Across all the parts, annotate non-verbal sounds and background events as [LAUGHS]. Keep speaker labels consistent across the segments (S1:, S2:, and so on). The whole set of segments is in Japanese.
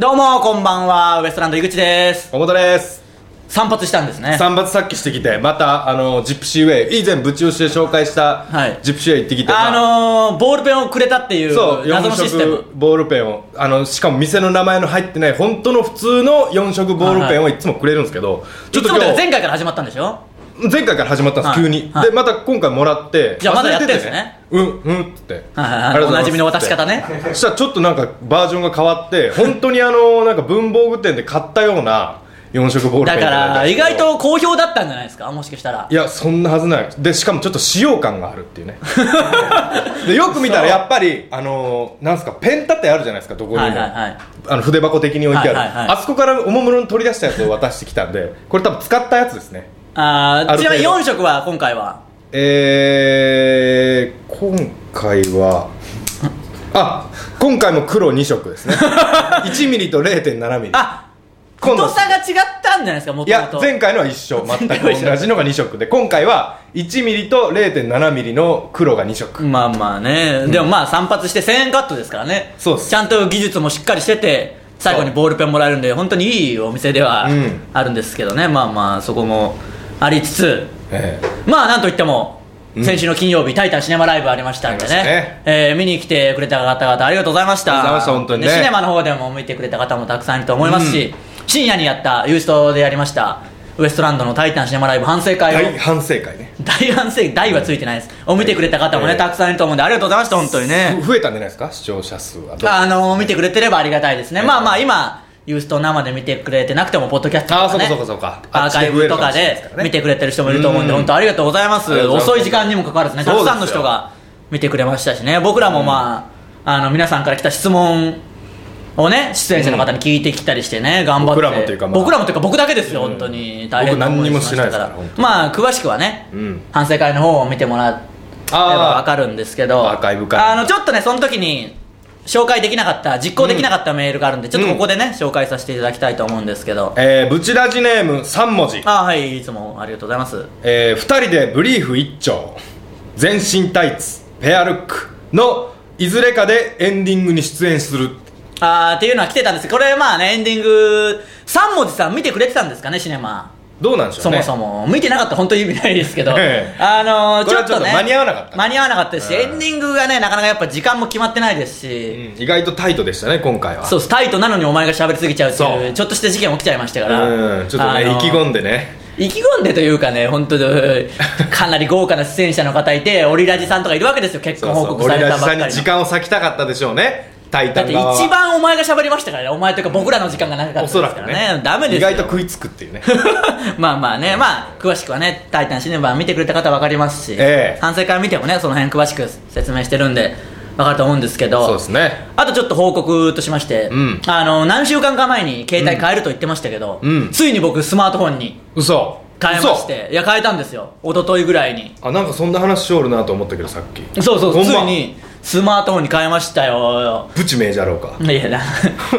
S1: どうも、こんばんは、ウエストランド井口です。
S2: 小本です
S1: 散髪したんですね。
S2: 散髪さっきしてきてまたあのジプシーウェイ以前ぶち押しで紹介した、
S1: はい
S2: ジプシーウェイ行ってきて
S1: あ
S2: まあ
S1: のー、ボールペンをくれたっていう、
S2: そう
S1: 謎のシ
S2: 4
S1: ステ
S2: 色
S1: ム。
S2: ボールペンをあのしかも店の名前の入ってない本当の普通の4色ボールペンをいつもくれるんですけど、ち
S1: い
S2: ょっ
S1: つ
S2: と
S1: も
S2: 今
S1: だから
S2: 日
S1: 前回から始まったんでしょ
S2: 前回から始まったんです、
S1: はい
S2: 急に、
S1: はい
S2: でまた今回もらって
S1: じゃあまだ
S2: 忘れてて
S1: や
S2: うんうんっつって、
S1: はいはいはい
S2: ありがとうございます
S1: おなじみの渡し方ね
S2: そしたらちょっとなんかバージョンが変わって本当にあのなんか文房具店で買ったような4色ボールペン
S1: だか
S2: みたいな
S1: ら、
S2: やつ
S1: 意外と好評だったんじゃないですかもしかしたら
S2: い。やそんなはずないでしかもちょっと使用感があるってい
S1: [LAUGHS]
S2: うねでよく見たらやっぱりあのー、なんすかペン立てあるじゃないですかどこにも、
S1: はいはいはい
S2: あの筆箱的に置いてある、
S1: はいはいはい
S2: あそこからおもむろに取り出したやつを渡してきたんでこれ多分使ったやつですね
S1: あー
S2: ある程度
S1: ちなみに4色は、今回は。
S2: えー、今回
S1: [LAUGHS]
S2: はあ今回も黒2
S1: [LAUGHS]
S2: 色ですね1ミリと0 7ミリ
S1: あ、
S2: 今度
S1: 太さが違ったんじゃないですかも
S2: い
S1: とも
S2: や
S1: と。
S2: 前回のは一緒全く
S1: 前回は一緒
S2: 同じのが2色で今回は1ミリと0 7ミリの黒が2色
S1: まあまあね、でもまあ散髪して1000円カットですからね
S2: そうっす
S1: ちゃんと技術もしっかりしてて最後にボールペンもらえるんで本当にいいお店では
S2: うん
S1: あるんですけどね、まあまあそこもありつつ
S2: ええ
S1: まあなんといっても
S2: うん
S1: 先週の金曜日、タイタンシネマライブありましたんでね
S2: ありましたね
S1: えー見に来てくれた方々ありがとうございました
S2: ありがとうございました本当にね
S1: シネマの方でも見てくれた方もたくさんいると思いますし、
S2: う
S1: 深夜にやったユーストでやりましたウエストランドの「タイタンシネマライブ」反省会を
S2: 大反省会ね
S1: 大反省大はついてないです、を見てくれた方もね、
S2: ええ
S1: たくさんいると思うんでありがとうございました本当にね
S2: ふ増えたんじゃないですか視聴者数は
S1: あの見てくれてればありがたいですね、
S2: ええ
S1: まあまあ今ユースト生で見てくれてなくてもポッドキャストと
S2: ああ
S1: か、
S2: そう
S1: ね、
S2: かそうかそうか
S1: アーカイブとかで見てくれてる人もいると思うんで、本当ありがとうございます
S2: ありがとうございます
S1: 遅い時間にもかかわらずねたくさんの人が見てくれましたしね僕らもまあ,、あの皆さんから来た質問をね出演者の方に聞いてきたりしてね、頑張って
S2: 僕らもというかまあ
S1: 僕らもというか僕だけですよ、本当に大変思いしまた
S2: 僕何にもしてないですから
S1: まあ詳しくはね、
S2: うん
S1: 反省会の方を見てもらえば分かるんですけど
S2: アーカイブ会
S1: あのちょっとねその時に紹介できなかった実行できなかったメールがあるんで、ちょっとここでね、紹介させていただきたいと思うんですけど
S2: えー、ブチラジネーム3文字、
S1: あはいいつもありがとうございます
S2: えー、2人でブリーフ1丁全身タイツペアルックのいずれかでエンディングに出演する
S1: あーっていうのは来てたんですけどこれまあねエンディング3文字さん見てくれてたんですかねシネマ
S2: どうなんでしょ
S1: そう
S2: ね
S1: もそも見てなかったら本当に意味ないですけど
S2: ええ
S1: あのー
S2: こ
S1: ち
S2: れ
S1: ょ
S2: は
S1: っとね
S2: ちょっと間に合わなかった
S1: 間に合わなかったですし、エンディングがねなかなかやっぱ時間も決まってないですし、
S2: うん意外とタイトでしたね今回は
S1: そうですタイトなのにお前が喋りすぎちゃうってい
S2: そうう
S1: ちょっとした事件起きちゃいましたから、
S2: うんちょっと
S1: あ
S2: ね
S1: の
S2: 意気込んでね
S1: 意気込んでというかね本当に [LAUGHS] かなり豪華な出演者の方いてオリラジさんとかいるわけですよ結
S2: そ
S1: 婚
S2: う
S1: 報
S2: そう
S1: 告さ
S2: 俺
S1: れ
S2: ら
S1: たばっ
S2: さ
S1: かり
S2: ん
S1: の
S2: に時間を割きたかったでしょうねタイ
S1: だ
S2: タ
S1: って
S2: ン側は
S1: 一番お前が喋りましたからねお前というか僕らの時間が長かった
S2: お
S1: です
S2: そ
S1: から
S2: く
S1: ね
S2: ね
S1: ダメです
S2: 意
S1: よ
S2: 外と食いつくっていうね
S1: まあまあね、まあ、詳しくはね、タイタンシネマ見てくれた方わかりますし、
S2: ええ
S1: 反省会見てもね、その辺詳しく説明してるんで、わかると思うんですけど、
S2: そうですね
S1: あとちょっと報告としまして、
S2: うん
S1: あの、何週間か前に携帯変えると言ってましたけど、
S2: うん
S1: ついに僕スマートフォンに
S2: 嘘
S1: 変えまして、いや、変えたんですよ。一昨日ぐらいに。
S2: あなんかそんな話しおるなと思ったけどさっき
S1: そうそう、
S2: ほん
S1: つ
S2: ま
S1: いにスマートフォンに変えましたよ。
S2: ブチ名じゃろうか
S1: いや [LAUGHS] な、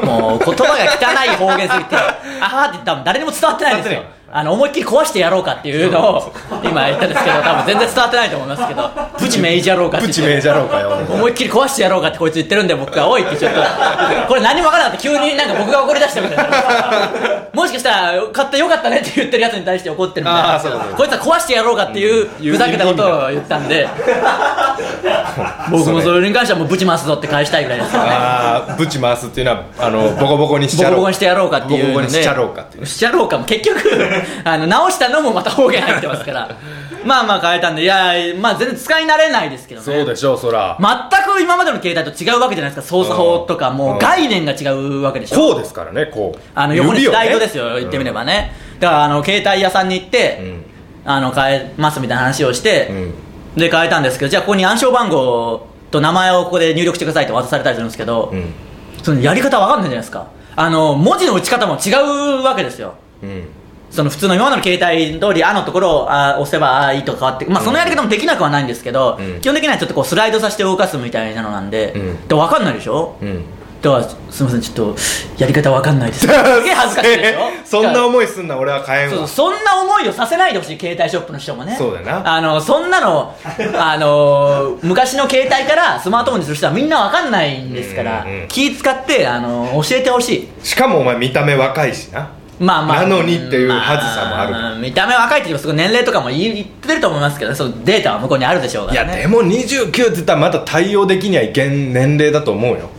S1: もう言葉が汚い方言すぎ [LAUGHS] て、あーって多分誰にも伝わってないです
S2: 伝
S1: よ
S2: わって。
S1: あの、思いっきり壊してやろうかっていうのを、今言ったんですけど、多分全然伝わってないと思いますけど、プチメイジャローかって言
S2: ブ
S1: っ
S2: チ
S1: て
S2: 名じゃろ
S1: [LAUGHS]
S2: うかよ
S1: 思いっきり壊してやろうかってこいつ言ってるんで僕が「おい」ってちょっとこれ何も分からなくて急になんか僕が怒り出したみたいなもしかしたら買ってよかったねって言ってるやつに対して怒ってるみたい
S2: あ
S1: な
S2: ーそうそうそう
S1: こいつは壊してやろうかっていう
S2: うん
S1: ふざけたことを言ったんで僕もそれに関してはもうぶちますぞって返したいぐらいですよね
S2: ああブチ回すっていうのはあのボコボコにし
S1: ボ
S2: ちゃ
S1: コ
S2: ろう
S1: ボコにしてやろうかっていうので
S2: ボコボコにしちゃろうかっていう
S1: しちゃろうかも結
S2: [LAUGHS]
S1: 局あの直したのもまた方言入ってますからまあまあ変えたんでいやまあ全然使い慣れないですけどね
S2: そうでしょうそら
S1: 全く今までの携帯と違うわけじゃないですか操作法とかも
S2: う
S1: うん概念が違うわけでしょ
S2: こうですからねこう
S1: あの横に
S2: 指
S1: ス
S2: をね
S1: ライドですよ、言ってみればね、だからあの携帯屋さんに行って、
S2: ん
S1: あの変えますみたいな話をして、で変えたんですけどじゃあここに暗証番号と名前をここで入力してくださいって渡されたりするんですけど、
S2: うん
S1: そのやり方わかんないじゃないですかあの文字の打ち方も違うわけですよ
S2: うん
S1: その普通の今までの携帯通り「あ」のところをあ押せば「あ」いいと変わってまあそのやり方もできなくはないんですけど、
S2: うん
S1: 基本的にはちょっとこうスライドさせて動かすみたいなのなんで,、
S2: うん
S1: で分かんないでしょ、
S2: うん
S1: だからすみませんちょっとやり方わかん
S2: [LAUGHS]
S1: ないですすげえ恥ずかしいでしょ
S2: そんな
S1: 思い
S2: 思いすんな俺は買えん
S1: そう
S2: わ
S1: そうそんな思いをさせないでほしい携帯ショップの人もね
S2: そうだな
S1: あのそんな
S2: [LAUGHS]
S1: のあの昔の携帯からスマートフォンにする人はみんなわかんないんですから、
S2: うんうんうん
S1: 気使ってあの教えてほしい
S2: しかもお前見た目若いしな
S1: まあまあ、
S2: なのにっていう恥ずさもある
S1: ま見た目若いって言えばすごい年齢とかも言ってると思いますけどねそのデータは向こうにあるでしょうか
S2: い
S1: ら
S2: や
S1: ね
S2: でも29って言ったらまだ対応できにはいけん年齢だと思うよ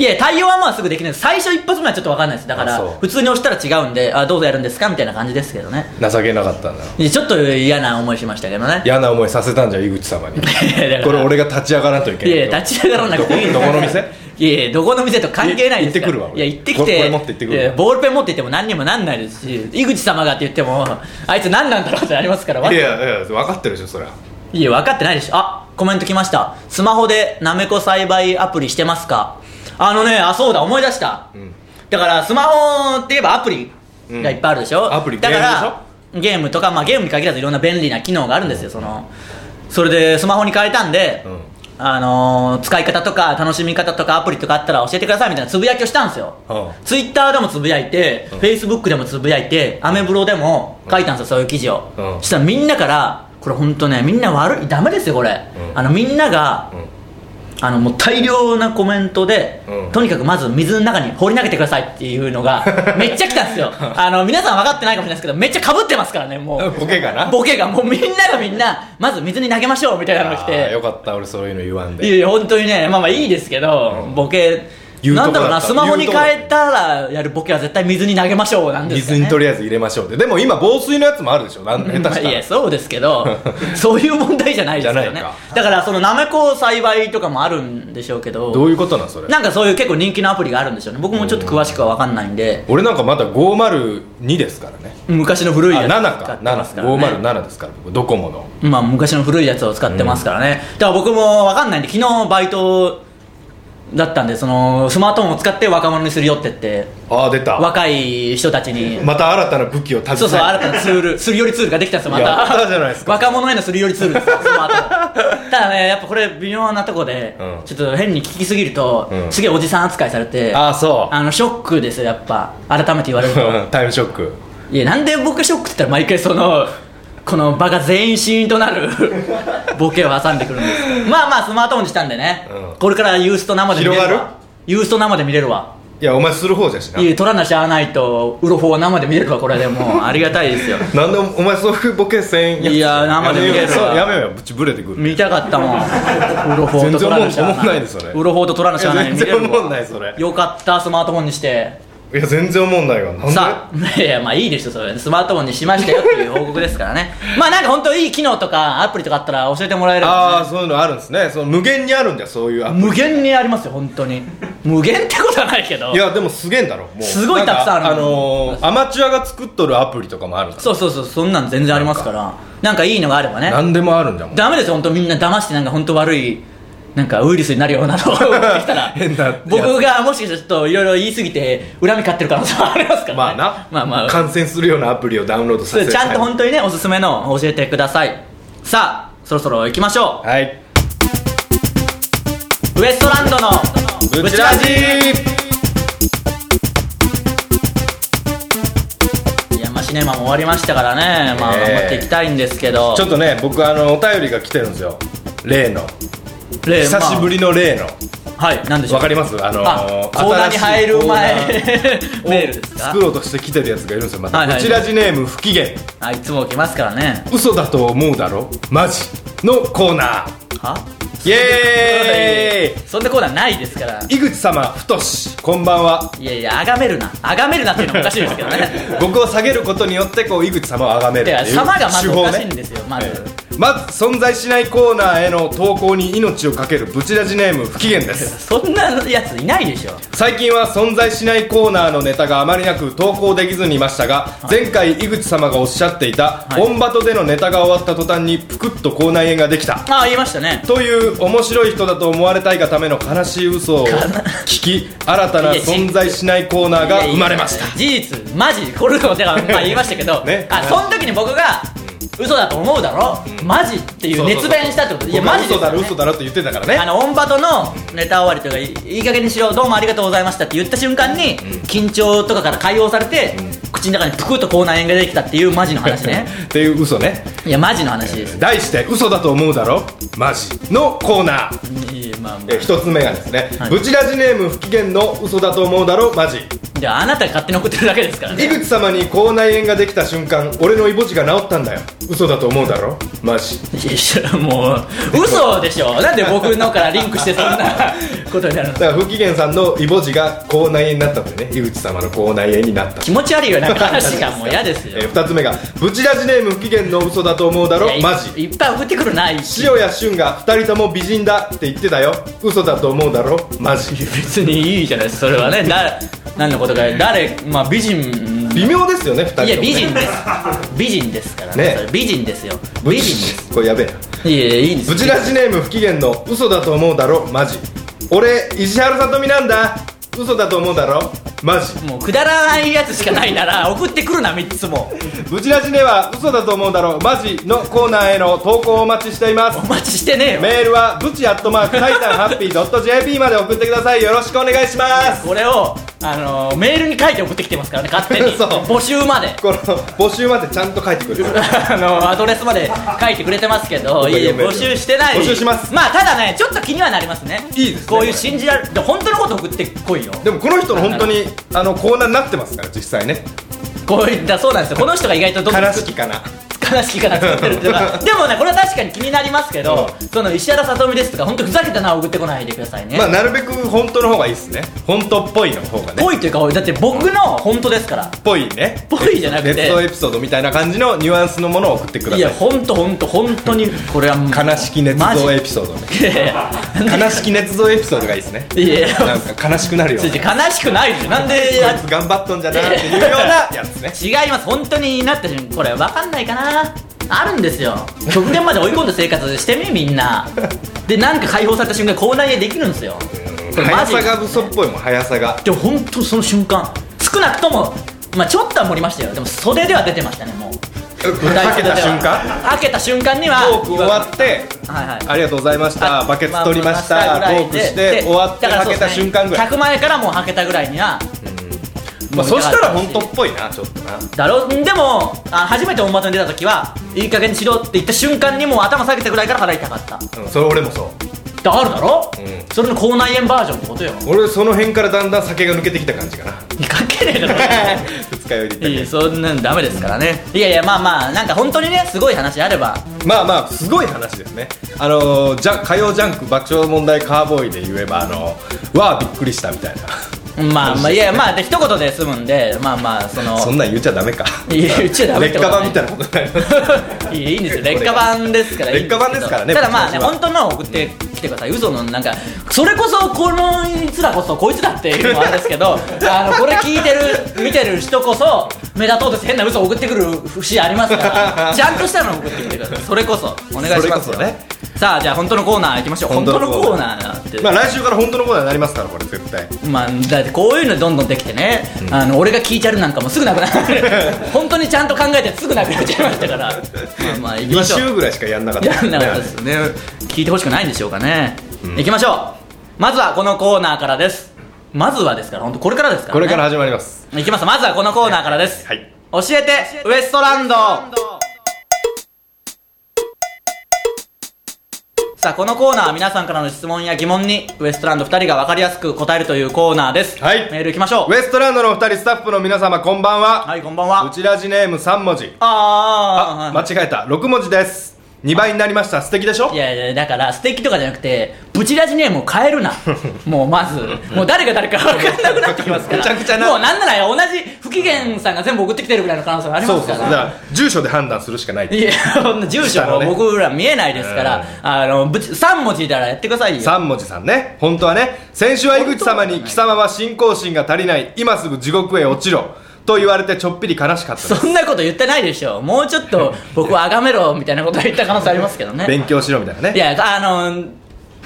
S1: いや対応はまあすぐできないです最初一発目はちょっと分かんないですだか
S2: あ
S1: ら
S2: そう
S1: 普通に押したら違うんであどうぞやるんですかみたいな感じですけどね
S2: 情けなかったんだよ
S1: でちょっと嫌な思いしましたけどね
S2: 嫌な思いさせたんじゃ井口様に
S1: いやだから
S2: これ俺が立ち上がらんといけない
S1: いやいや立ち上がらなくていいです
S2: どこどこの店
S1: いやいやどこの店と関係ないですから
S2: い行ってくるわ俺
S1: いや行ってき
S2: こ
S1: て
S2: れこれ持って行ってくるわ
S1: いやボールペン持って行っても何にもなんないですし井口様がって言ってもあいつ何なんだろうってなりますからわ
S2: いやいや分かってるでしょそりゃ
S1: いや、分かってないでしょ。あ、コメント来ました。スマホでなめこ栽培アプリしてますかあのね、あ、そうだ、思い出した。
S2: ん
S1: だから、スマホって言えばアプリがいっぱいあるでしょ、
S2: うんアプリ
S1: だか
S2: ゲームでし
S1: ら、ゲームとか、まあゲームに限らずいろんな便利な機能があるんですよ、その。それで、スマホに変えたんで、
S2: うん
S1: あのー使い方とか楽しみ方とかアプリとかあったら教えてくださいみたいなつぶやきをしたんですよ、
S2: うん
S1: ツイッターでもつぶやいて、フェイスブックでもつぶやいてアメブロでも書いたんですよ、そういう記事を、
S2: うん
S1: そしたらみんなからこれ本当ねみんな悪いダメですよこれ、
S2: うん
S1: あのみんなが、あのもう大量なコメントで、
S2: うん
S1: とにかくまず水の中に放り投げてくださいっていうの
S2: [LAUGHS]
S1: がめっちゃ来たんですよあの皆さん分かってないかもしれないですけどめっちゃかぶってますからねもう
S2: ボケがな
S1: ボケがもうみんながみんなまず水に投げましょうみたいなのが来
S2: あー
S1: て
S2: よかった俺そういうの言わん
S1: い
S2: で
S1: やいや本当にねまあまあいいですけど、
S2: うん
S1: ボケ
S2: 言うと
S1: な
S2: こ
S1: んだろうな
S2: だった
S1: スマホに変えたらやるボケは絶対水に投げましょうなんですか、ね、
S2: 水にとりあえず入れましょうってでも今防水のやつもあるでしょなん下手した
S1: まあ
S2: ら
S1: いやそうですけ
S2: [LAUGHS]
S1: どそういう問題じゃないですよ
S2: じゃ
S1: ね
S2: ない
S1: だからそのなめこ栽培とかもあるんでしょうけど
S2: どういうことなんそれ
S1: なんかそういう結構人気のアプリがあるんでしょうね僕もちょっと詳しくは分かんないんで
S2: 俺なんかまだ502ですからね
S1: 昔の古い
S2: あ
S1: やつ
S2: 7
S1: 使
S2: か
S1: ってますから、ね、
S2: 70507ですから僕ドコモの
S1: まあ昔の古いやつを使ってますからね、だから僕も分かんないんで昨日バイトだったんでそのスマートフォンを使って若者にするよってって
S2: ああ出た
S1: 若い人たちに
S2: また新たな武器を携え
S1: そうそう新たなツールすり寄りツールができたんですよま
S2: やったたじゃないです
S1: [LAUGHS]
S2: か
S1: 若者へのすり寄りツールですよスマートフォンただねやっぱこれ微妙なとこで、
S2: うん
S1: ちょっと変に聞きすぎると、
S2: うん
S1: すげえおじさん扱いされて
S2: ああそ
S1: あのショックですよやっぱ改めて言われると
S2: うタイムショック
S1: いやなんで僕がショックって言ったら毎回そのこの場が全員シーンとなる [LAUGHS] ボケを挟んでくるんですけどまあまあスマートフォンにしたんでね、
S2: うん
S1: これからユースト生で見れるわ
S2: 広がる
S1: ユースト生で見れるわ
S2: いやお前する方じゃしない
S1: や取らなしゃあないとウロフォは生で見れるわこれでもう [LAUGHS] ありがたいですよ
S2: なんでお前そういうボケせん
S1: いや生で見れるわ
S2: そうやめようよぶちぶれてくる
S1: 見たかったもん [LAUGHS] ウロフォと取らなしゃあ
S2: 全然おもんないですそれ
S1: ウロフォと取らなしゃあない
S2: いや
S1: 見れる
S2: 全然おもん
S1: わ
S2: ないそれ
S1: よかったスマートフォンにして
S2: いや全然思んないわなんで
S1: さあ、い [LAUGHS] や、まあいいでしょ、それ。スマートフォンにしましたよっていう報告ですからね。 [LAUGHS] まあなんか本当いい機能とか、アプリとかあったら教えてもらえれ
S2: あ
S1: ば、
S2: あそういうのあるんですねその無限にあるんだよそういうアプ
S1: 無限にありますよ、本当
S2: [LAUGHS]
S1: に。無限ってことはないけど
S2: リい。やでもすげえんだろもう
S1: すごいたくさんある
S2: なかのーアマチュアが作っとるアプリとかもあるんだ
S1: そうそうそう、そんなん全然ありますから。なんかいいのがあればね。
S2: 何でもあるんだもん
S1: ダメですよ、本当みんな騙してなんか本当悪い、なんかウイルスになるようなのを送ってきたら
S2: [LAUGHS] 変なやつ、
S1: 僕がもしかしたらちょっといろいろ言い過ぎて、恨み買ってる可能性もありますからね。
S2: まあな
S1: まあまあ。
S2: 感染するようなアプリをダウンロードさ
S1: そ
S2: せ
S1: れ
S2: る
S1: ちゃんと本当にね、おすすめの教えてください。さあ、そろそろ行きましょう。
S2: はい
S1: ウエストランドの
S2: ぶちラジ
S1: いやまあシネマも終わりましたからねまあ
S2: ね
S1: 頑
S2: え
S1: 張っていきたいんですけど
S2: ちょっとね僕あのお便りが来てるんですよ例の
S1: 例
S2: 久しぶりの例の
S1: まあはい何でしょう
S2: わかりますあの
S1: あコーナーに入る前 [LAUGHS] メールですか
S2: 作ろうとして来てるやつがいるんですよまた、
S1: はいはい
S2: ブチラジネーム不機嫌
S1: あいつも来ますからね
S2: 嘘だと思うだろマジのコーナー
S1: は
S2: イエー
S1: そんなコーナーないですから
S2: イ井口様太しこんばんはい
S1: やいやあがめるなあがめるなっていうのもおかしいですけどね
S2: 僕を下げることによってこう井口様を崇めるっ
S1: い
S2: て
S1: や
S2: [LAUGHS] いう
S1: 様がまず
S2: 手
S1: お
S2: 法
S1: かしいん
S2: ね
S1: ですよまず
S2: まず存在しないコーナーへの投稿に命を懸けるブチラジネーム不機嫌です
S1: そんなやついないでしょ
S2: 最近は存在しないコーナーのネタがあまりなく投稿できずにいましたが、前回井口様がおっしゃっていた、
S1: はい
S2: 本場とでのネタが終わった途端にぷくっと口内炎ができた
S1: ああ言いましたね
S2: という面白い人だと思われたいがための悲しい嘘を聞き新たな存在しないコーナーが生まれました [LAUGHS]
S1: いやいや事実マジこれもだからまあ言いましたけど、
S2: ね
S1: あその時に僕が嘘だと思うだろ、マジっていう熱弁したってこといや
S2: 僕は
S1: マジです
S2: 嘘だ
S1: よ、
S2: ろ
S1: ね、
S2: 嘘だろって言ってたから
S1: あ
S2: ね
S1: のオンバトのネタ終わりというかいいい加減にしろどうもありがとうございましたって言った瞬間に、緊張とかから解放されて、口の中にぷくっと口内炎ができたっていうマジの話ね
S2: [LAUGHS] っていう嘘ね
S1: いやマジの話です
S2: 題して嘘だと思うだろマジのコーナー
S1: いやまあまあ
S2: えー一つ目がですね、
S1: はい
S2: ブチラジネーム不機嫌の嘘だと思うだろマジ
S1: じゃああなたが勝手に送ってるだけですからね
S2: 井口様に口内炎ができた瞬間俺のイボ痔が治ったんだよ嘘だと思うだろマジ
S1: いやもう嘘でしょなんで僕のからリンクしてそんなことになるの
S2: だから不機嫌さんのイボ痔が口内炎になったんでね井口様の口内炎になった
S1: 気持ち悪いよなんか話がもう嫌ですよ
S2: えー、2つ目がブチラジネーム不機嫌の嘘だと思うだろ
S1: いや
S2: マジ
S1: いいっぱい送ってくるな別
S2: 塩谷俊が2人とも美人だって言ってたよ嘘だと思うだろ
S1: [LAUGHS]
S2: マジ
S1: にいいじゃないですかそれはねだ何のことか誰まあ美人
S2: 微妙ですよね2人とも、
S1: い
S2: ね、
S1: や美人です美人ですからね
S2: ね
S1: それ美人ですよ
S2: ブ
S1: 美
S2: チ
S1: 人です
S2: これやべえない
S1: やいやいいんです
S2: ブチラジネーム不機嫌の嘘だと思うだろマジ俺石原さとみなんだ嘘だと思うだろマジ
S1: もうくだらないやつしかないなら送ってくるな3つも
S2: ブチラジでは嘘だと思うだろマジのコーナーへの投稿をお待ちしています
S1: お待ちしてねえよ
S2: メールはブチアットマークタイタンハッピードット JP まで送ってくださいよろしくお願いします
S1: これを、あのーメールに書いて送ってきてますからね勝手に
S2: [LAUGHS] そう
S1: 募集まで [LAUGHS]
S2: この募集までちゃんと書いてくれる
S1: あのーアドレスまで書いてくれてますけど
S2: 僕が
S1: いえ
S2: 読める
S1: 募集してない
S2: 募集します
S1: まあただねちょっと気にはなりますね
S2: いいですね
S1: こういう信じられる本当のこと送ってこいよ
S2: でもこの人の本当にあのコーナーになってますから実際ね
S1: こういったそうなんですよこの人が意外とどんどん
S2: 悲しきかな
S1: 悲しきから作ってるっていう
S2: [LAUGHS]
S1: かでもねこれは確かに気になりますけど、その石原さとみですとか本当ふざけたな送ってこないでくださいね、
S2: まあなるべく本当の方がいいですね本当っぽいの方がね
S1: ぽいというかだって僕の本当ですから
S2: ぽいね
S1: ぽいじゃなくて
S2: レッドエピソードみたいな感じのニュアンスのものを送ってくだ
S1: いや
S2: さ
S1: 本当本当本当にこれはもう
S2: い悲しき捏
S1: マジ
S2: 造エピソードね [LAUGHS]
S1: いやいや
S2: 悲しき捏造エピソードがいいですね
S1: いやいや
S2: なんか悲しくなるよう
S1: そ
S2: な
S1: れじゃ悲しくないですよなんで
S2: こいつ頑張っとんじゃなっていうような [LAUGHS] やつね
S1: 違います本当になった瞬間これ分かんないかなあるんですよ極限まで追い込んだ生活してみみんなでなんか解放された瞬間口内炎できるんですよこれマ
S2: 速
S1: ジで
S2: さが嘘っぽいもん速さが
S1: でも本当その瞬間少なくともまあちょっとは盛りましたよでも袖では出てましたね
S2: [LAUGHS]
S1: もう
S2: かけた瞬間
S1: 開けた瞬間には
S2: トーク終わって
S1: はいはい
S2: ありがとうございました
S1: あ
S2: バケツ取りました、
S1: あまあ
S2: トークして
S1: で
S2: 終わって
S1: だから
S2: は
S1: そう
S2: け
S1: ですね
S2: た瞬間ぐらい、
S1: 客前からもうはけたぐらいには
S2: まあ、そしたら本当
S1: し
S2: っぽいなちょっとな
S1: だろでもあ初めて大股に出た時はいい加減にしろって言った瞬間にもう頭下げたぐらいから払いたかった
S2: うんそれ俺もそう
S1: だあるだろ、
S2: うん
S1: それの口内炎バージョンってことよ
S2: 俺その辺からだんだん酒が抜けてきた感じか
S1: [LAUGHS]
S2: な
S1: かけねえだろ
S2: 二日酔い
S1: [LAUGHS]
S2: で
S1: い
S2: 言
S1: や
S2: った
S1: そんなんダメですからねいやいやまあまあなんか本当にねすごい話あれば
S2: けどまあまあすごい話ですねあのー、じゃ火曜ジャンク爆笑問題カーボーイで言えばあのー、わあびっくりしたみたいな
S1: まあまあいやまあで一言で済むんでまあまあその
S2: そんなん言っちゃダメか
S1: いや言っちゃダメって
S2: 劣
S1: ことは
S2: 化
S1: な
S2: 版
S1: い
S2: みたいなことになりま
S1: [LAUGHS]
S2: す
S1: いいいいんですよ劣化版ですからいいんですけど
S2: 劣化版ですからね
S1: ただまあね
S2: 僕たちは
S1: 本当のを送ってきてください嘘のなんかそれこそこのいつらこそこいつだっていうのはあれですけ
S2: [LAUGHS]
S1: どあのこれ聞いてる見てる人こそ目立とうとして変な嘘を送ってくる節あります
S2: [LAUGHS]
S1: からちゃんとしたのを送ってきてくださいそれこそお願いします
S2: それ
S1: よ
S2: こそね
S1: さあじゃあ本当のコーナーいきましょう本当のコーナーなんて
S2: まあ来週から本当のことになりますからこれ絶対
S1: まあ、だってこういうのどんどんできてね、あの俺が聞いちゃるなんかもすぐなくなる
S2: [LAUGHS]
S1: 本当にちゃんと考えてすぐなくなっちゃいましたからまあまあ行き
S2: 2
S1: ましょう
S2: 週ぐらいしかやんな
S1: [LAUGHS]
S2: かった
S1: やんなかったですね聞いてほしくないんでしょうかね、行きましょうまずはこのコーナーからですまずはですから本当これからですから、ね、
S2: これから始まります
S1: いきますまずはこのコーナーからです、
S2: はい
S1: 教えてウエストランドさあこのコーナーは皆さんからの質問や疑問にウエストランド2人が分かりやすく答えるというコーナーです、
S2: はい
S1: メールいきましょう
S2: ウエストランドのお二人スタッフの皆様こんばんは、
S1: はいこんばんは
S2: うちらじネーム3文字
S1: あーあ
S2: 間違えた6文字です2倍になりました素敵でしょ
S1: いやいやだから素敵とかじゃなくてブチラジネームを変え
S2: [LAUGHS]
S1: るなもうまずもう誰が誰か分かんなくなってきますから
S2: めちゃくちゃな
S1: もうなんなら同じ不機嫌さんが全部送ってきてるぐらいの可能性があり
S2: そ
S1: ま
S2: う
S1: す
S2: そうそ
S1: か
S2: うだからら住所で判断するしかない
S1: いやそんな住所
S2: 下の
S1: も
S2: ね
S1: 僕ら見えないです
S2: [LAUGHS]
S1: から、あのぶち3文字いたらやってくださいよ
S2: 3文字さんね本当はね先週は井口様に貴様は信仰心が足りない今すぐ地獄へ落ちろと言われてちょっぴり悲しかったです
S1: そんなこと言ってないでしょもうちょっ
S2: [LAUGHS]
S1: と僕をあがめろみたいなこと言った可能性ありますけどね
S2: 勉強しろみたいないね
S1: やあの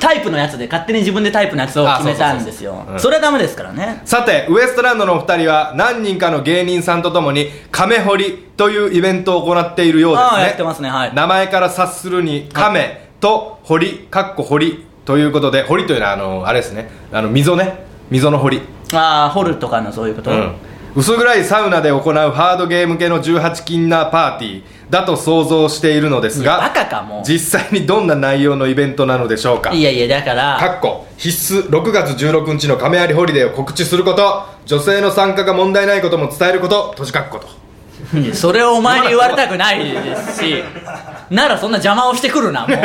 S1: タイプのやつで勝手に自分でタイプのやつを決めたんですよ
S2: あそうそうそうそううん
S1: それはダメですからね
S2: さてウエストランドのお二人は何人かの芸人さんとともに亀掘りというイベントを行っているようですね
S1: ああやってますねはい
S2: 名前から察するに亀と堀かっこ堀ということで堀というのはあのあれですねあの溝ね溝の堀
S1: ああ掘るとかのそういうこと、
S2: うん薄暗いサウナで行うハードゲーム系の18禁なパーティーだと想像しているのです
S1: いやバ
S2: が
S1: カかもう
S2: 実際にどんな内容のイベントなのでしょうか
S1: いやいやだから
S2: [LAUGHS] かっこ必須6月16日の亀有ホリデーを告知すること女性の参加が問題ないことも伝えること閉じかっこと
S1: いやそれをお前に言われたくないですしならそんな邪魔をしてくるなもう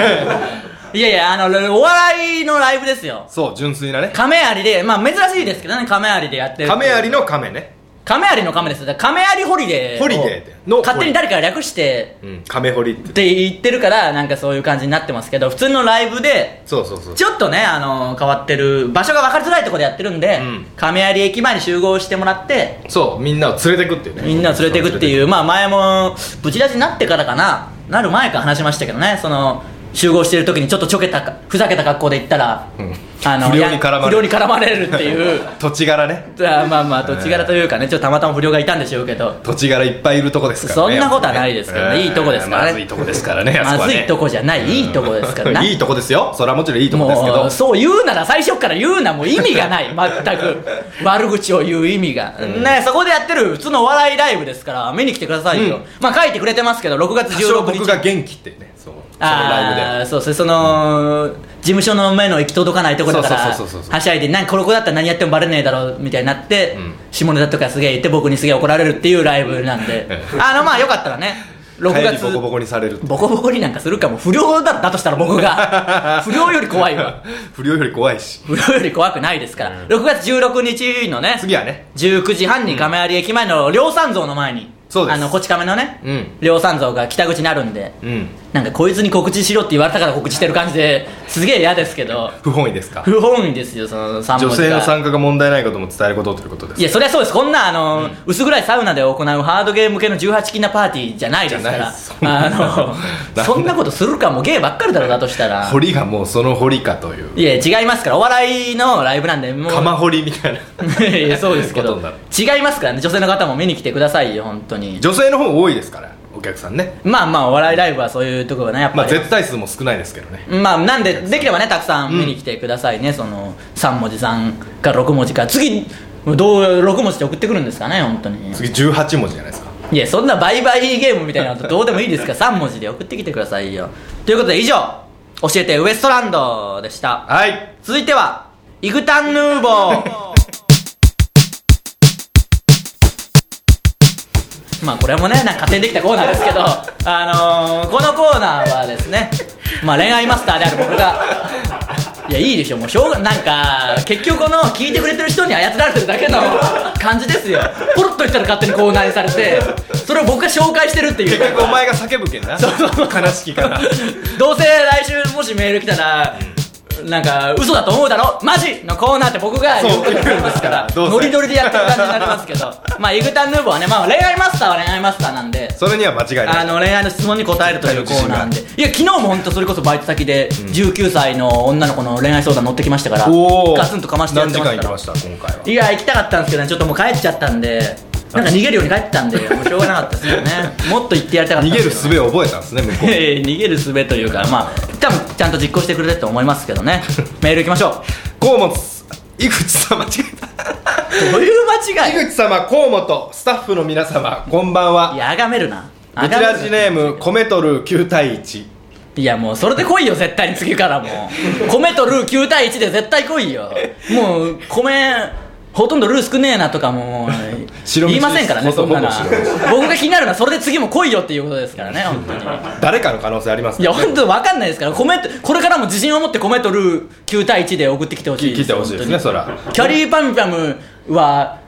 S1: いやいやあのお笑いのライブですよ
S2: そう純粋なね
S1: 亀有でまあ珍しいですけどね亀有でやってる
S2: 亀有の亀ね
S1: 亀有の亀ですだから亀有ホリデーを
S2: ホリデーでの
S1: 勝手に誰かが略して
S2: うん亀堀って
S1: って言ってるからなんかそういう感じになってますけど普通のライブで
S2: そうそうそう
S1: ちょっとね、あの変わってる場所が分かりづらいところでやってるんで、
S2: うん
S1: 亀有駅前に集合してもらって
S2: そうみんなを連れてくっていうね
S1: みんなを連れていくっていううまあ前もブチラジになってからかななる前から話しましたけどねその集合してる時にちょっとちょけたかふざけた格好で行ったら、
S2: ん
S1: 不
S2: 不良に絡まれる
S1: 不良に絡まれるっていう
S2: [LAUGHS] 土地柄ね
S1: あまあまあ土地柄というかねちょっとたまたま不良がいたんでしょうけど
S2: 土地柄いっぱいいるとこですからね
S1: そんなことはないですけどね
S2: やっぱり
S1: いいとこですからね
S2: まずいとこですからねあそ
S1: ま
S2: は
S1: ず
S2: ね
S1: いとこじゃない、いいとこですからな
S2: [LAUGHS] いいとこですよそれはもちろんいいとこですけ
S1: も
S2: ど
S1: うそう言うなら最初から言うなもう意味がない全
S2: [LAUGHS]
S1: く悪口を言う意味が、ねそこでやってる普通のお笑いライブですから見に来てくださいよ、
S2: うん
S1: まあ書いてくれてますけど6月
S2: 多少
S1: 16日
S2: 僕が元気っていうねそうそのライ
S1: ああそうですねその、事務所の前の行き届かないところだから
S2: そうそうそうそうそう
S1: はしゃいでなんこの子だったら何やってもバレねえだろうみたいになって、
S2: うん
S1: 下ネタとかすげえ言って僕にすげえ怒られるっていうライブなんであのまあよかったらね6
S2: ブで帰り
S1: 月
S2: ボコボコにされるって [LAUGHS]
S1: ボコボコになんかするかも不良だだとしたら僕が [LAUGHS] 不良より怖いわ
S2: 不良より怖いし
S1: 不良より怖くないですから、6月16日のね
S2: 次はね
S1: 19時半に亀有駅前の両三像の前に
S2: そうです
S1: あのこち亀のね、
S2: うん
S1: 両三像が北口にあるんで、
S2: うん
S1: なんかこいつに告知しろって言われたから告知してる感じですげえ嫌ですけど
S2: 不本意ですか
S1: 不本意ですよその3文字が
S2: 女性の参加が問題ないことも伝えることということです
S1: いやそりゃそうですこんなあの、薄暗いサウナで行うハードゲーム系の18禁なパーティーじゃないですから
S2: じゃない
S1: あ
S2: [LAUGHS]
S1: のそんなことするかもゲイばっかりだろだとしたら
S2: 堀がもうその堀かという
S1: いや違いますからお笑いのライブなんでもう
S2: 釜堀みたいな
S1: [LAUGHS] いやそうです
S2: [LAUGHS]
S1: け
S2: こと
S1: ど
S2: になる
S1: 違いますからね女性の方も見に来てくださいよ本当に
S2: 女性の方多いですからお客さんね
S1: まあまあお笑いライブはそういうところがねやっ
S2: ま
S1: ぱ
S2: あ
S1: り、
S2: 絶対数も少ないですけどね
S1: まあなんでできればねたくさん見に来てくださいね、その3文字さんか6文字か次どう6文字で送ってくるんですかね本当に
S2: 次18文字じゃないですか
S1: いやそんなバイバイゲームみたいなことどうでもいいですから3文字で送ってきてくださいよということで以上教えてウエストランドでした
S2: はい
S1: 続いてはイグタンヌーボーまあこれもねなんか勝手にできたコーナーですけどあのー、このコーナーはですねまあ恋愛マスターである僕がいやいいでしょもうしょうがなんか結局この聞いてくれてる人に操られてるだけの感じですよポロッと言ったら勝手にコーナーにされてそれを僕が紹介してるっていう
S2: 結局お前が叫ぶけん
S1: [LAUGHS]
S2: な
S1: そうそうそう
S2: 悲しきから
S1: [LAUGHS] どうせ来週もしメール来たらなんか嘘だと思うだろマジのコーナーって僕が
S2: そう
S1: 言ってくれますから
S2: [LAUGHS] どうせ
S1: ノリノリでやってる感じになりますけ
S2: [LAUGHS]
S1: どまあイグタンヌーボーはね、まあ、恋愛マスターは恋愛マスターなんで
S2: それには間違いな
S1: あ
S2: い
S1: の恋愛の質問に答えるというコーナーなんでいや昨日も本当それこそバイト先で19歳の女の子の恋愛相談乗ってきましたから
S2: おお
S1: ガツンとかましてやっ
S2: 何
S1: て
S2: 時
S1: ますか
S2: 間行きま
S1: ら
S2: した今回は
S1: や
S2: い
S1: 行きたかったんですけどねちょっともう帰っちゃったんでなんか逃げるように帰ってたんでもうしょうがなかったですよ
S2: [LAUGHS]
S1: ねもっと言ってやりたかった
S2: 逃
S1: ん
S2: げ
S1: ですけ
S2: る
S1: ど
S2: 術を覚えたんですね向こう
S1: えー [LAUGHS] 逃げる術というかまあ多分ちゃんと実行してくれてると思いますけどねメールいきましょ
S2: 河本井口様違え
S1: うどういう間
S2: た
S1: 違い
S2: 井口様河本スタッフの皆様こんばん
S1: い
S2: は
S1: やあがめるな
S2: こ
S1: あ
S2: ち
S1: がめる
S2: らジネーム米とる9対1
S1: いやもうそれで来いよ絶対に次からもう米とルー9対1で絶対来いよもう米ほとんどルー少ねえなとかももう
S2: 白飯
S1: 言いませんからね
S2: です
S1: そんなのは
S2: ほとんど白
S1: 僕が気になるのはそれで次も来いよっていうことですからね本当に
S2: 誰かの可能性あります
S1: いや本当わかんないですから米とこれからも自信を持って米とルー9対1で送ってきてほしい
S2: 聞いてほしいですねそ
S1: 本
S2: ら
S1: 当にキャリーパンパムは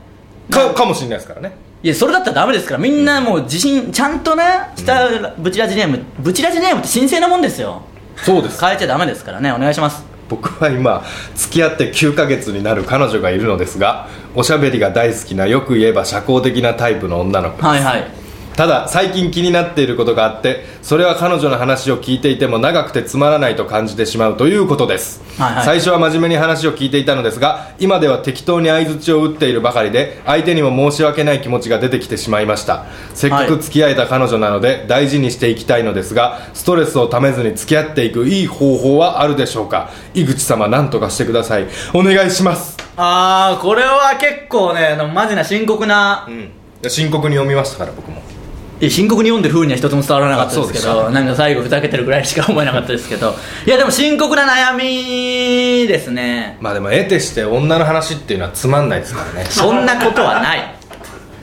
S2: かかもしれないですからね
S1: いやそれだったらダメですからみんなもう自信ちゃんとねしたブチラジネームブチラジネームって神聖なもんですよ
S2: そうです
S1: 変えちゃダメですからねお願いします
S2: 僕は今付き合って9ヶ月になる彼女がいるのですがおしゃべりが大好きなよく言えば社交的なタイプの女の子です、
S1: はいはい
S2: ただ最近気になっていることがあってそれは彼女の話を聞いていても長くてつまらないと感じてしまうということです、
S1: はいはい
S2: 最初は真面目に話を聞いていたのですが今では適当に相づちを打っているばかりで相手にも申し訳ない気持ちが出てきてしまいましたせっかく付き合えた彼女なので大事にしていきたいのですがストレスをためずに付き合っていくいい方法はあるでしょうか井口様何とかしてくださいお願いします
S1: ああこれは結構ねあのマジな深刻な、
S2: うん深刻に読みましたから僕も
S1: いや深刻に読んで風には一つも伝わらなかったですけ
S2: あそうでし
S1: どなんか最後ふざけてるぐらいしか思えなかったですけどいやでも深刻な悩みですね
S2: まあでも得てして女の話っていうのはつまんないですからね
S1: そんなことはない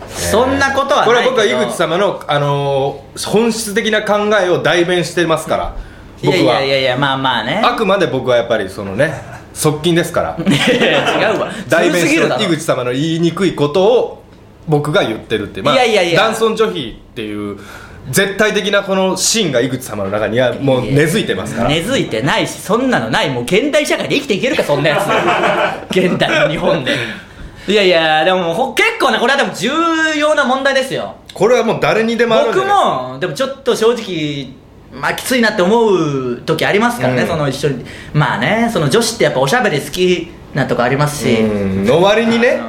S1: そんなことはない
S2: これは僕は
S1: け
S2: 井
S1: ど
S2: 口様の、あのー本質的な考えを代弁してますから
S1: い
S2: 僕は
S1: やいやいやいやまあまあね
S2: あくまで僕はやっぱりそのね側近で
S1: [LAUGHS]
S2: すから
S1: いやいや違うわ
S2: 代
S1: 強
S2: 弁
S1: す
S2: し
S1: ぎ
S2: て
S1: るだろ
S2: 井口様の言いにくいことを僕が言ってるっていう、
S1: いやいやいや
S2: 男尊女卑っていう絶対的なこのシーンが井口様の中にはもう根付いてますから
S1: 根付いてないしそんなのないもう現代社会で生きていけるかそんなやつ現代の日本でいやいやでもほ結構ねこれはでも重要な問題ですよ
S2: これはもう誰にでもあるんじ
S1: 僕
S2: ゃない
S1: もでもちょっと正直まあきついなって思う時ありますからね、
S2: うん
S1: その一緒にまあねその女子ってやっぱおしゃべり好きなとこありますし、
S2: うんの割にね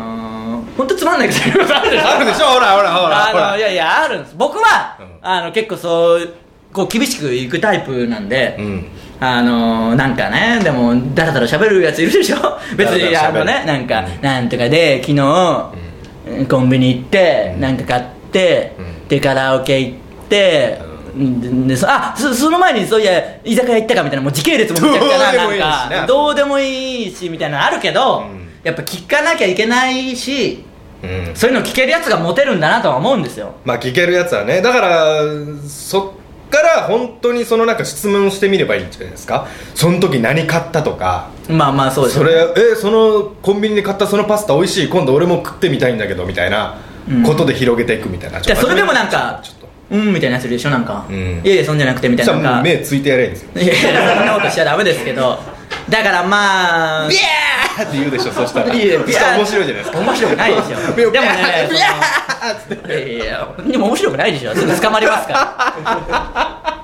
S1: 本当つまんないけどあるでしょ
S2: あるでしょほらほらほら
S1: あ
S2: ほ
S1: の
S2: ら
S1: いやいやあるんです僕は、
S2: ん
S1: あの結構そうこう厳しくいくタイプなんで、
S2: うん
S1: あのなんかねでもだらだら喋るやついるでしょ別に
S2: だらだら喋る
S1: あのねなんか、なんとかで昨日、コンビニ行って、なんか買って、
S2: ん
S1: でカラオケ行って、ででそあそその前にそういや居酒屋行ったかみたいなもう時系列もめちゃくちゃな
S2: どうで
S1: なんかどうでも
S2: もいいしね
S1: いいしみたいなのあるけど、
S2: うん
S1: やっぱ聞かなきゃいけないし
S2: うん
S1: そういうの聞けるやつがモテるんだなとは思うんですよ
S2: まあ聞けるやつはねだからそっから本当にそのなんか質問してみればいいんじゃないですかその時何買ったとか
S1: まあまあそうです
S2: そ
S1: よね
S2: れえそのコンビニで買ったそのパスタ美味しい今度俺も食ってみたいんだけどみたいな
S1: うん
S2: ことで広げていくみたいな、
S1: じゃあそれでもなんか
S2: ちょっと
S1: うんみたいなやついるでしょなんか、
S2: うん
S1: いやいやそんじゃなくてみた
S2: そ
S1: い
S2: した
S1: な
S2: ら
S1: なん
S2: も
S1: か
S2: う
S1: いや
S2: 目ついてやれんですよ
S1: いやそんなことしちゃダメですけどだからまあ
S2: ビャ [LAUGHS] ーって言うでしょそしたら
S1: いやいや
S2: そしたら面白いじゃないですか
S1: 面白くない
S2: [LAUGHS]
S1: ですよ
S2: 目を
S1: でもね
S2: ビャ
S1: そのいやいやでも面白くないでしょすぐ捕まりますから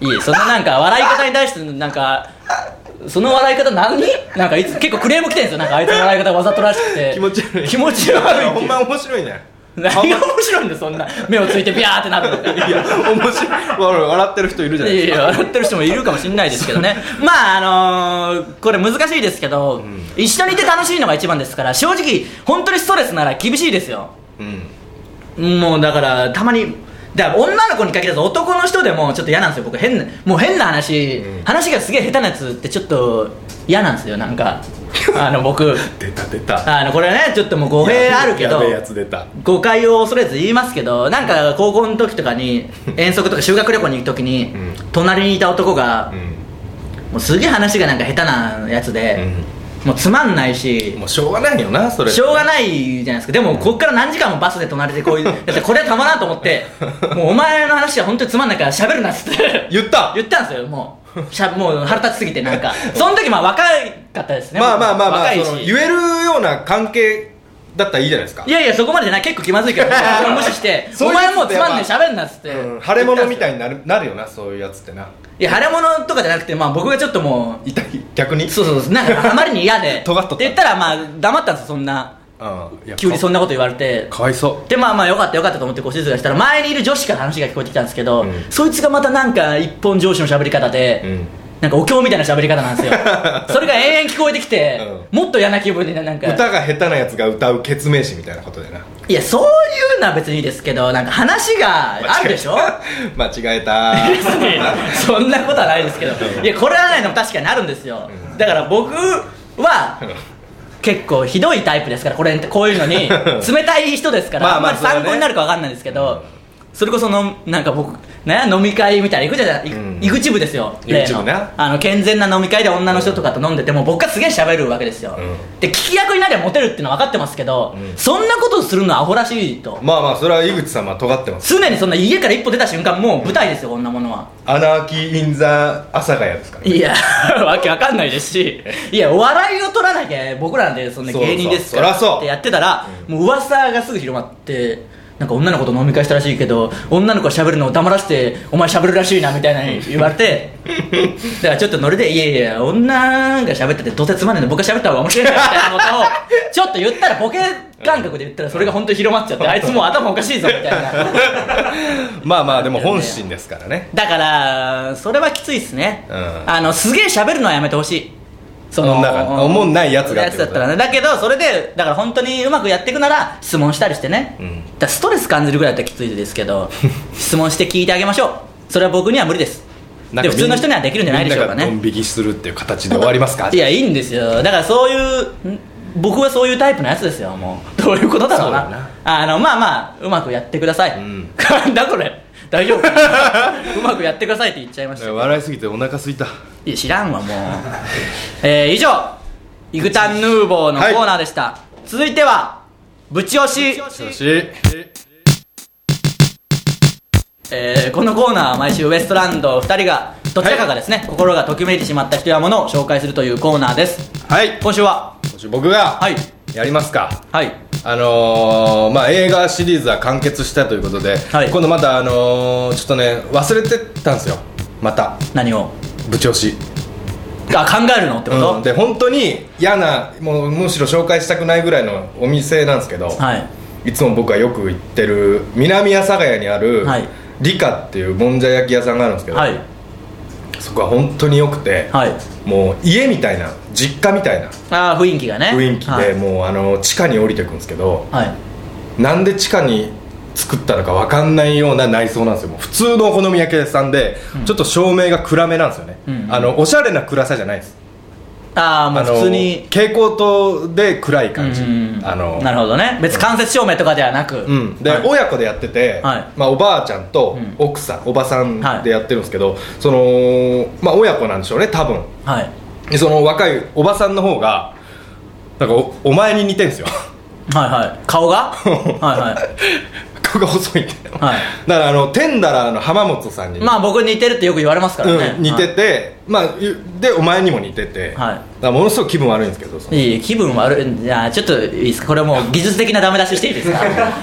S1: いいえそのなんか笑い方に対してのなんかその笑い方何なんかいつ結構クレーム来てるんですよなんかあいつの笑い方わざとらしくて
S2: 気持ち悪い
S1: 気持ち悪いっていう
S2: [LAUGHS] ほんま面白いね
S1: 何が面白いんだよそんな目をついてビャーってなるのか
S2: いや面白い笑ってる人いるじゃない
S1: い
S2: で
S1: や
S2: す
S1: い
S2: か
S1: や笑ってる人もいるかもしれないですけどね [LAUGHS] まああのーこれ難しいですけど、一緒にいて楽しいのが一番ですから正直本当にストレスなら厳しいですよ
S2: うん
S1: もうだからたまにだから女の子に限らず男の人でもちょっと嫌なんですよ僕変なもう変な話、
S2: ん
S1: 話がすげえ下手なやつってちょっと嫌なんですよなん [LAUGHS] かあの僕
S2: 出た出た
S1: あのこれねちょっともう語弊あるけ
S2: や
S1: ど
S2: べえやつ出た
S1: 誤解を恐れず言いますけどなんか高校の時とかに遠足とか修学旅行に行く時に、
S2: ん
S1: 隣にいた男が
S2: う、ん
S1: もうすげえ話がなんか下手なやつで、もうつまんないし
S2: もうしょうがないよなそれ
S1: しょうがないじゃないですかでもこっから何時間もバスで隣でこ
S2: [LAUGHS]
S1: ういうだってこれはたまらんと思ってもうお前の話は本当につまんないから喋るなっつって
S2: [LAUGHS] 言った
S1: 言ったんですよもうしゃもう腹立ちすぎて
S2: [LAUGHS]
S1: なんかその時まあ若かったですね
S2: まあまあまあまあ
S1: 若い
S2: その
S1: し
S2: 言えるような関係だったらいいじゃないですか
S1: いやいやそこまでじゃない結構気まずいけ
S2: [LAUGHS]
S1: ど俺を無視して「
S2: そう
S1: お
S2: いうやつ
S1: 前もうつまんねえ
S2: って
S1: 喋んな」っつって、
S2: うん腫れ物みたいになるなるよなそういうやつってない
S1: や腫れ物とかじゃなくてまあ僕がちょっとも
S2: 痛い逆に
S1: うそうそうそうなんかあまりに嫌で
S2: [LAUGHS] 尖っとった
S1: て言ったらまあ黙ったんですよそんな
S2: うんいや
S1: 急にそんなこと言われて
S2: かかわいそ
S1: でまあまあよかったよかったと思ってこう静かにしたら前にいる女子から話が聞こえてきたんですけど、
S2: うん
S1: そいつがまたなんか一本上司の喋り方で、
S2: うん
S1: なんかお経みたいな喋り方なん
S2: [LAUGHS]
S1: ですよそれが延々聞こえてきて、もっと嫌な気分にななん
S2: う
S1: か
S2: 歌が下手なやつが歌うケツメイシみたいなことでない
S1: やそういうのは別にいいですけどなんか話があるでしょ
S2: 間違え
S1: [LAUGHS]
S2: た
S1: 別にそんなことはないですけどいやこれはねでも確かにあるんですよだから僕は結構ひどいタイプですからこれこういうの
S2: [LAUGHS]
S1: に冷たい人ですから、
S2: ま
S1: ま
S2: あ
S1: あ
S2: まあ
S1: んまり参考になるか分かんないですけどそれこそのなんか僕、ね、飲み会みたいな行くじゃない、
S2: うん
S1: 行くチ部ですよ
S2: 行くチ
S1: 例
S2: 部
S1: の
S2: ね
S1: あの健全な飲み会で女の人とかと飲んでても僕がすげえ喋るわけですよ、
S2: うん
S1: で聞き役になりゃモテるっていうのは分かってますけど、
S2: うん
S1: そんなことするのはアホらしいと
S2: まあまあそれは井口様尖ってます
S1: 常にそんな家から一歩出た瞬間もう舞台ですよこんなものは
S2: アナーキー・イン・ザ・阿佐ヶ谷ですからね
S1: いや、 [LAUGHS] わけわかんないですし、いや、お笑いを取らなきゃ、僕らなんてそんな芸人ですから
S2: そうそうそらそう
S1: ってやってたら、もう噂がすぐ広まって、なんか女の子と飲み会したらしいけど女の子が喋るのを黙らせてお前喋るらしいなみたいな言われ [LAUGHS] てだからちょっとノリでいやいや女が喋っててどうせつまんねえの僕が喋った方が面白いんだよみたいな [LAUGHS] ことをちょっと言ったらボケ感覚で言ったらそれが本当に広まっちゃってあいつもう頭おかしいぞみたいな
S2: まあまあでも本心ですからね
S1: だからそれはきついっすね、
S2: うん
S1: あのすげえ喋るのはやめてほしいそ
S2: おもんなかおもんないやつがってこと
S1: だったらねだけどそれでだから本当にうまくやっていくなら質問したりしてね、
S2: うん
S1: だからストレス感じるぐらいだったらきついですけ
S2: [LAUGHS]
S1: ど質問して聞いてあげましょうそれは僕には無理です
S2: な
S1: で
S2: んか
S1: 普通の人にはできるんじゃないでしょうかね
S2: みんながドン引きするっていう形で終わります
S1: [LAUGHS]
S2: か
S1: いやいいんですよだからそういうん僕はそういうタイプのやつですよもうどういうことだろうな
S2: そうだな
S1: あのまあまあうまくやってください、
S2: ん
S1: なんだこれ大
S2: [LAUGHS]
S1: 丈夫かなうまくやってくださいって言っちゃいましたけど
S2: 笑いすぎてお腹すいた
S1: いや知らんわもうえー、以上イグタンヌーボーのコーナーでした、続いてはぶち押し
S2: よし
S1: えーこのコーナーは毎週ウエストランド2人がどちらかがですね、心がときめいてしまった人やものを紹介するというコーナーです
S2: はい
S1: 今週は
S2: 今週僕が
S1: はい
S2: やりますか
S1: はい
S2: あのーまあ、映画シリーズは完結したということで、
S1: はい
S2: 今度また、あのーちょっとね忘れてたんですよまた
S1: 何を
S2: ぶち押し、
S1: あ考えるのってこ
S2: うん、
S1: と、
S2: で本当に嫌なもうむしろ紹介したくないぐらいのお店なんですけど、
S1: はい
S2: いつも僕がよく行ってる南阿佐ヶ谷にある、
S1: はい
S2: リカっていうもんじゃ焼き屋さんがあるんですけど、
S1: はい
S2: そこは本当によくて、
S1: はい
S2: もう家みたいな実家みたいな
S1: ああ雰囲気がね
S2: 雰囲気で、
S1: はい、
S2: もうあの地下に降りていくんですけど
S1: はい
S2: なんで地下に作ったのか分かんないような内装なんですよもう普通のお好み焼き屋さんで、ちょっと照明が暗めなんですよね、
S1: うん
S2: あのおしゃれな暗さじゃないです
S1: ああも
S2: あ
S1: う
S2: の
S1: 普通に
S2: 蛍光灯で暗い感じ、
S1: うん
S2: あの
S1: なるほどね別に間接照明とかではなく、
S2: うん、で、
S1: はい
S2: 親子でやってて、
S1: はい
S2: まあ、おばあちゃんと
S1: うん
S2: 奥さん、おばさん
S1: はい
S2: でやってるんですけど、そのまあ親子なんでしょうね多分
S1: はい
S2: でその若いおばさんの方がなんかおお前に似てんすよ
S1: はいはい顔
S2: [LAUGHS]
S1: がは
S2: 顔が細いんだよ、
S1: はい
S2: だからあのテンダラーの浜本さん
S1: い
S2: に、
S1: はいまあ僕似てるってよく言われますからね、
S2: うん、似てて、まあゆでお前にも似て
S1: はい
S2: て、だからものすごく気分悪いんですけどそ
S1: は
S2: の
S1: い、いい気分悪いじゃあちょっといいですかこれもう技術的なダメ出ししていい
S2: [LAUGHS]
S1: ですか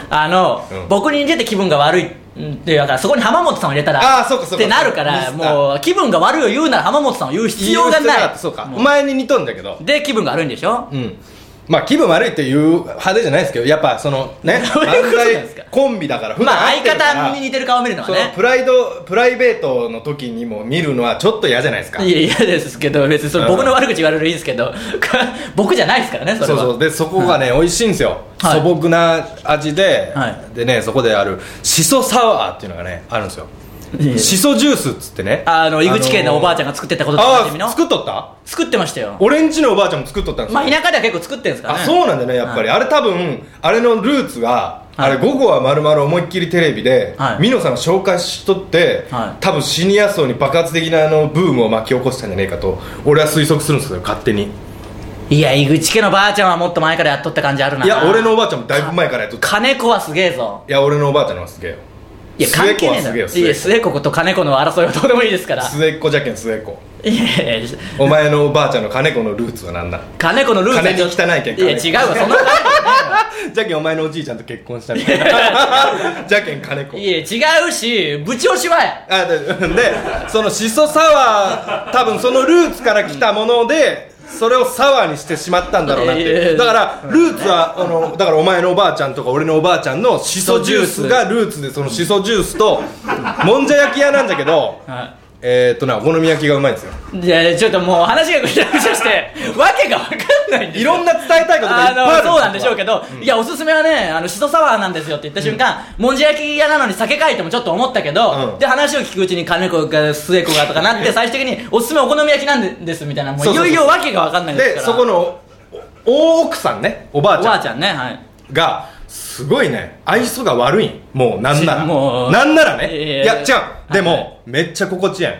S1: あの、
S2: うん
S1: 僕に似てて気分が悪いっていうからそこに浜本さんを入れたら
S2: あーそうかそうか
S1: ってなるか
S2: ミ
S1: ら
S2: スター
S1: もう気分が悪いを言うなら浜本さんを言う必要が
S2: 言う必
S1: ない
S2: ったそうか
S1: も
S2: お前に似とんだけど
S1: で気分が悪いんでしょ
S2: うんまあ気分悪いっていう派手じゃないですけどやっぱその
S1: [LAUGHS]
S2: ね
S1: どういうことなんですか
S2: 漫才コンビだから普段
S1: まあ
S2: 会って
S1: 相
S2: るから
S1: 方に似てる顔を見るのは
S2: その
S1: ね
S2: プライドプライベートの時にも見るのはちょっと嫌じゃないですか
S1: いや嫌ですけど別にそれ
S2: うん
S1: 僕の悪口言われるいいんですけど [LAUGHS] 僕じゃないですからねそれ
S2: そう
S1: は
S2: そうでそこがね、美味しいんですよ、
S1: はい
S2: 素朴な味で、
S1: は
S2: でねそこであるしそサワーっていうのがねあるんですよ
S1: いやいや
S2: しそジュースっつってね
S1: あの井口家のおばあちゃん
S2: ん
S1: が作ってたこととおな
S2: あ
S1: じみ
S2: あ
S1: の
S2: 作っとった
S1: 作ってましたよ
S2: 俺んちのおばあちゃんも作っとったんですよ、
S1: まあ田舎では結構作ってるんですからね
S2: あそうなんだねやっぱり、あれ多分あれのルーツが、
S1: はい
S2: あれ午後はまるまる思いっきりテレビで、
S1: はい
S2: ミノさんが紹介しとって、
S1: はい
S2: 多分シニア層に爆発的なあのブームを巻き起こしたんじゃねえかと俺は推測するんですけど勝手に
S1: いや井口家のばあちゃんはもっと前からやっとった感じあるない
S2: いや俺のおばあちゃんもだいぶ前からやっとった
S1: 金子はすげえぞ
S2: いや俺のおばあちゃんの方がすげえよ
S1: いや関係ねえだろ
S2: 末っ子はすげえ
S1: い
S2: よ
S1: や末っ子と金子の争いはどうでもいいですから
S2: 末っ子じゃけん末っ子
S1: いやいや
S2: お前のおばあちゃんの金子のルーツは何なん
S1: 金子のルーツはちょ
S2: 金に汚いけん
S1: いや違うわそんな
S2: [LAUGHS] じゃけんお前のおじいちゃんと結婚したみたいな [LAUGHS] じゃけん金子
S1: いや違うしぶち押しはや
S2: あででそのしそサワー多分そのルーツから来たものでそれをサワーにしてしまったんだろうなっ
S1: いやいやい
S2: て
S1: や
S2: だからルーツはあのだからお前のおばあちゃんとか俺のおばあちゃんのしそジュースがルーツでそのしそジュースともんじゃ焼き屋なんだけど
S1: は
S2: えーっとなお好み焼きがうまいんですよ
S1: いやちょっともう話がぐちゃぐちゃしてわけがわかんないんです
S2: い
S1: よ
S2: ろんな伝えたいことがい
S1: あ
S2: っぱいある
S1: のそうなんでしょうけど、いやおすすめはねあのシソサワーなんですよって言った瞬間、もんじゃ焼き屋なのに酒書いてもちょっと思ったけど、
S2: うん
S1: で話を聞くうちに金子が末子がとかな
S2: [LAUGHS]
S1: って最終的におすすめお好み焼きなんですみたいなもう
S2: そう
S1: い
S2: そう
S1: よ
S2: そう
S1: いよわけがわかんないですか
S2: で
S1: ら
S2: そこのお大奥さんねおばあ
S1: お
S2: ち
S1: ば
S2: ゃ
S1: あちゃんねはい
S2: んがすごいね愛想が悪いんもうなんなら
S1: し [LAUGHS] もう
S2: なんなら
S1: い
S2: ね
S1: や
S2: い
S1: いや
S2: や違うでもめっちゃ心地いいやん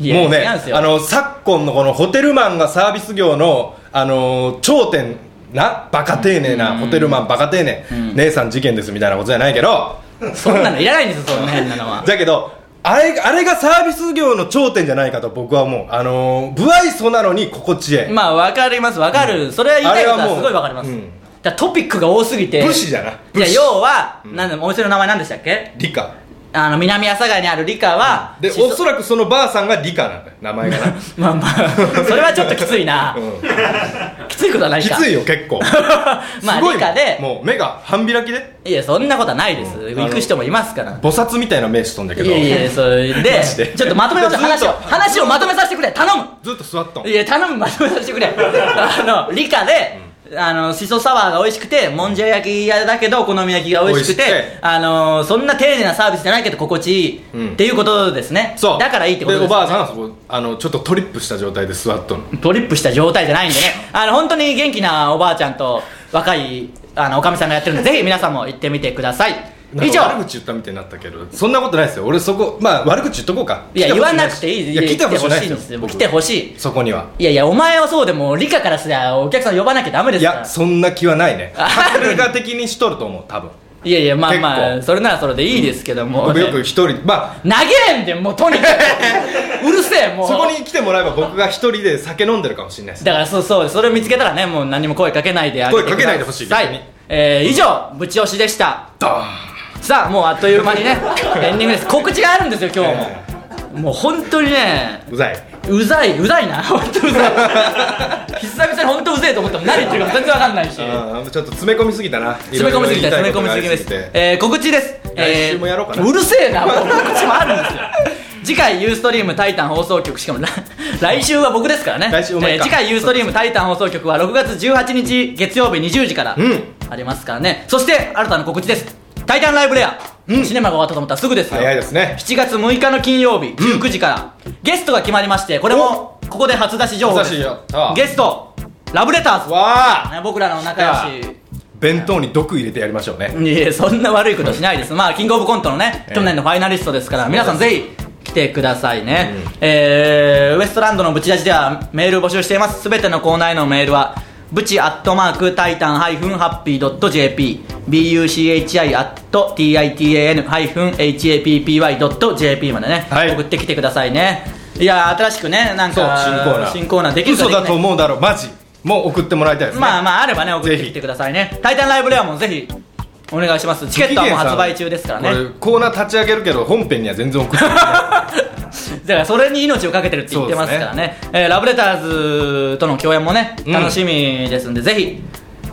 S1: いや
S2: もうね
S1: 違んですよ
S2: あの昨今のこのホテルマンがサービス業の、あのー頂点なバカ丁寧なホテルマンバカ丁寧、
S1: ん
S2: 姉さん事件ですみたいなことじゃないけど
S1: そんなのいらないん
S2: [LAUGHS]
S1: ですよそんな変なのは
S2: だけどあれあれがサービス業の頂点じゃないかと僕は思う、あのー、不愛想なのに心地いい、
S1: まあわかりますわかる、それは言い
S2: あ
S1: たい
S2: れ
S1: こと
S2: は
S1: は
S2: もう
S1: すごいわかります、
S2: うん
S1: だからトピックが多すぎて
S2: 武士じゃ
S1: じ
S2: な
S1: ゃ
S2: 武
S1: あ
S2: 士
S1: 要は、なんでお店の名前何でしたっけ
S2: 理科
S1: あの南阿佐ヶ谷にある理科は、
S2: で
S1: しそ
S2: おそらくそのばあさんが理科なんだよ名前がな
S1: [LAUGHS] まあま
S2: [LAUGHS]
S1: あそれはちょっときついな、
S2: うん
S1: きついことはない
S2: き
S1: か
S2: ついよ結構
S1: [LAUGHS] まあ
S2: すごいもん
S1: 理科で
S2: もう目が半開きで
S1: いやそんなことはないです、
S2: うん
S1: 行く人もいますから
S2: 菩薩みたいな名詞飛んだけ
S1: い
S2: ど
S1: やいやそれで
S2: マジで
S1: ちょっとまとめましょう
S2: ずっ
S1: 話
S2: と
S1: を話をまとめさせてくれ頼む
S2: ずっと座っとん
S1: いや頼むまとめさせてく
S2: [LAUGHS]
S1: れあの理科で、あのしそサワーが美味しくてもんじゃ焼き屋だけどお好み焼きが美味しくて
S2: 美味しくて
S1: あのそんな丁寧なサービスじゃないけど心地いい、
S2: うん
S1: っていうことですね
S2: そう
S1: だからいいってことで
S2: でお
S1: すよ
S2: ばあさんはそこあのちょっとトリップした状態で座っとんの
S1: トリップした状態じゃないんでねあの本当に元気なおばあちゃんと若いあのおかみさんがやってるんでぜひ皆さんも行ってみてください
S2: なん
S1: 以
S2: か
S1: 上
S2: 悪口言ったみたいになったけどそんなことないですよ俺そこまあ悪口言っとこうか
S1: いや言わなくていい
S2: いや来てほしくない
S1: いん
S2: で
S1: ですす
S2: よ
S1: よ
S2: 僕
S1: 来てほしい
S2: そこにはい
S1: やいやお前はそうでも理科からすりゃお客さん呼ばなきゃダメで
S2: い
S1: すから
S2: やそんな気はな
S1: [LAUGHS]
S2: いね
S1: あ
S2: 彼が的にしとると思う多分
S1: いやいやまあまあ
S2: 結
S1: それならそれでいいですけども、
S2: 僕
S1: ね
S2: よく一人ま
S1: 投げれんでもうとにか
S2: [LAUGHS]
S1: くうるせえも
S2: あ
S1: う
S2: そこに来てもらえば僕が一人で酒飲んでるかもしれないです
S1: だからそうそうそれを見つけたらねもう何も声かけないであげてくださ
S2: 声かけないでほしい逆に
S1: えー以上ぶち押しでした
S2: ドーン
S1: さあもうあっという間に
S2: [LAUGHS]
S1: ねエンディングです告知があるんですよ今
S2: え
S1: 日ももう本当にね
S2: うざいう
S1: ざいうざいな [LAUGHS] 本当うざい久々に本当うぜえと思っても何言ってるか全然わかんないし
S2: あーちょっと詰め込みすぎたな
S1: 詰め込みすぎて詰め込みすぎですえー告知です
S2: 来週もやろうかな
S1: えーうるせえなもう告知もあるんですよ次回ユーストリームタイタン放送局しかも来来週は僕ですからね
S2: 来週お前
S1: えー
S2: か
S1: 次回ユーストリームタイタン放送局は6月18日月曜日20時から
S2: うん
S1: ありますからねそして新たな告知ですタイタンライブレアシネマが終わったと思ったらすぐですよ
S2: 早いですね
S1: 7月6日の金曜日19時から、ゲストが決まりましてこれもここで初出し情報です
S2: 初出しよさあ
S1: ゲストラブレターズ、
S2: わあ
S1: ね僕らの仲良し
S2: 弁当に毒入れてやりましょうね
S1: いえそんな悪いことしないですまあキングオブコントのね、
S2: ええ
S1: 去年のファイナリストですから皆さんぜひ来てくださいね、
S2: うん
S1: えーウエストランドのブチラジではメールを募集していますすべてのコーナーへのメールはブチアットマークタイタンハイフンハッピードット JP buchi アット titan ハイフン happy ドット JP までね、
S2: はい
S1: 送ってきてくださいねいやー新しくねなん
S2: そう
S1: か
S2: 新コーナー
S1: 新コーナーできるか
S2: 嘘
S1: できない
S2: だ
S1: か
S2: と思うだろマジもう送ってもらいたいですね
S1: まあまああればね送って
S2: ぜ
S1: き
S2: ひ
S1: てくださいね「タイタンライブレア」もぜひお願いしますチケットはもう発売中ですから
S2: こ
S1: ね
S2: れコーナー立ち上げるけど本編には全然送ってない
S1: だからそれに命をかけてるって言ってますからねえーラブレターズとの共演もね
S2: うん
S1: 楽しみですんで、ぜひ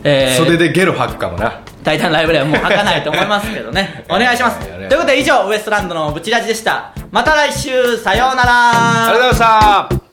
S1: え
S2: 袖
S1: ー、
S2: でゲロ吐くかもな
S1: タイタンライブレアもう吐かないと思いますけど [LAUGHS] ねお願いしますということで以上ウエストランドのブチラジでしたまた来週さようなら
S2: ありがとうございました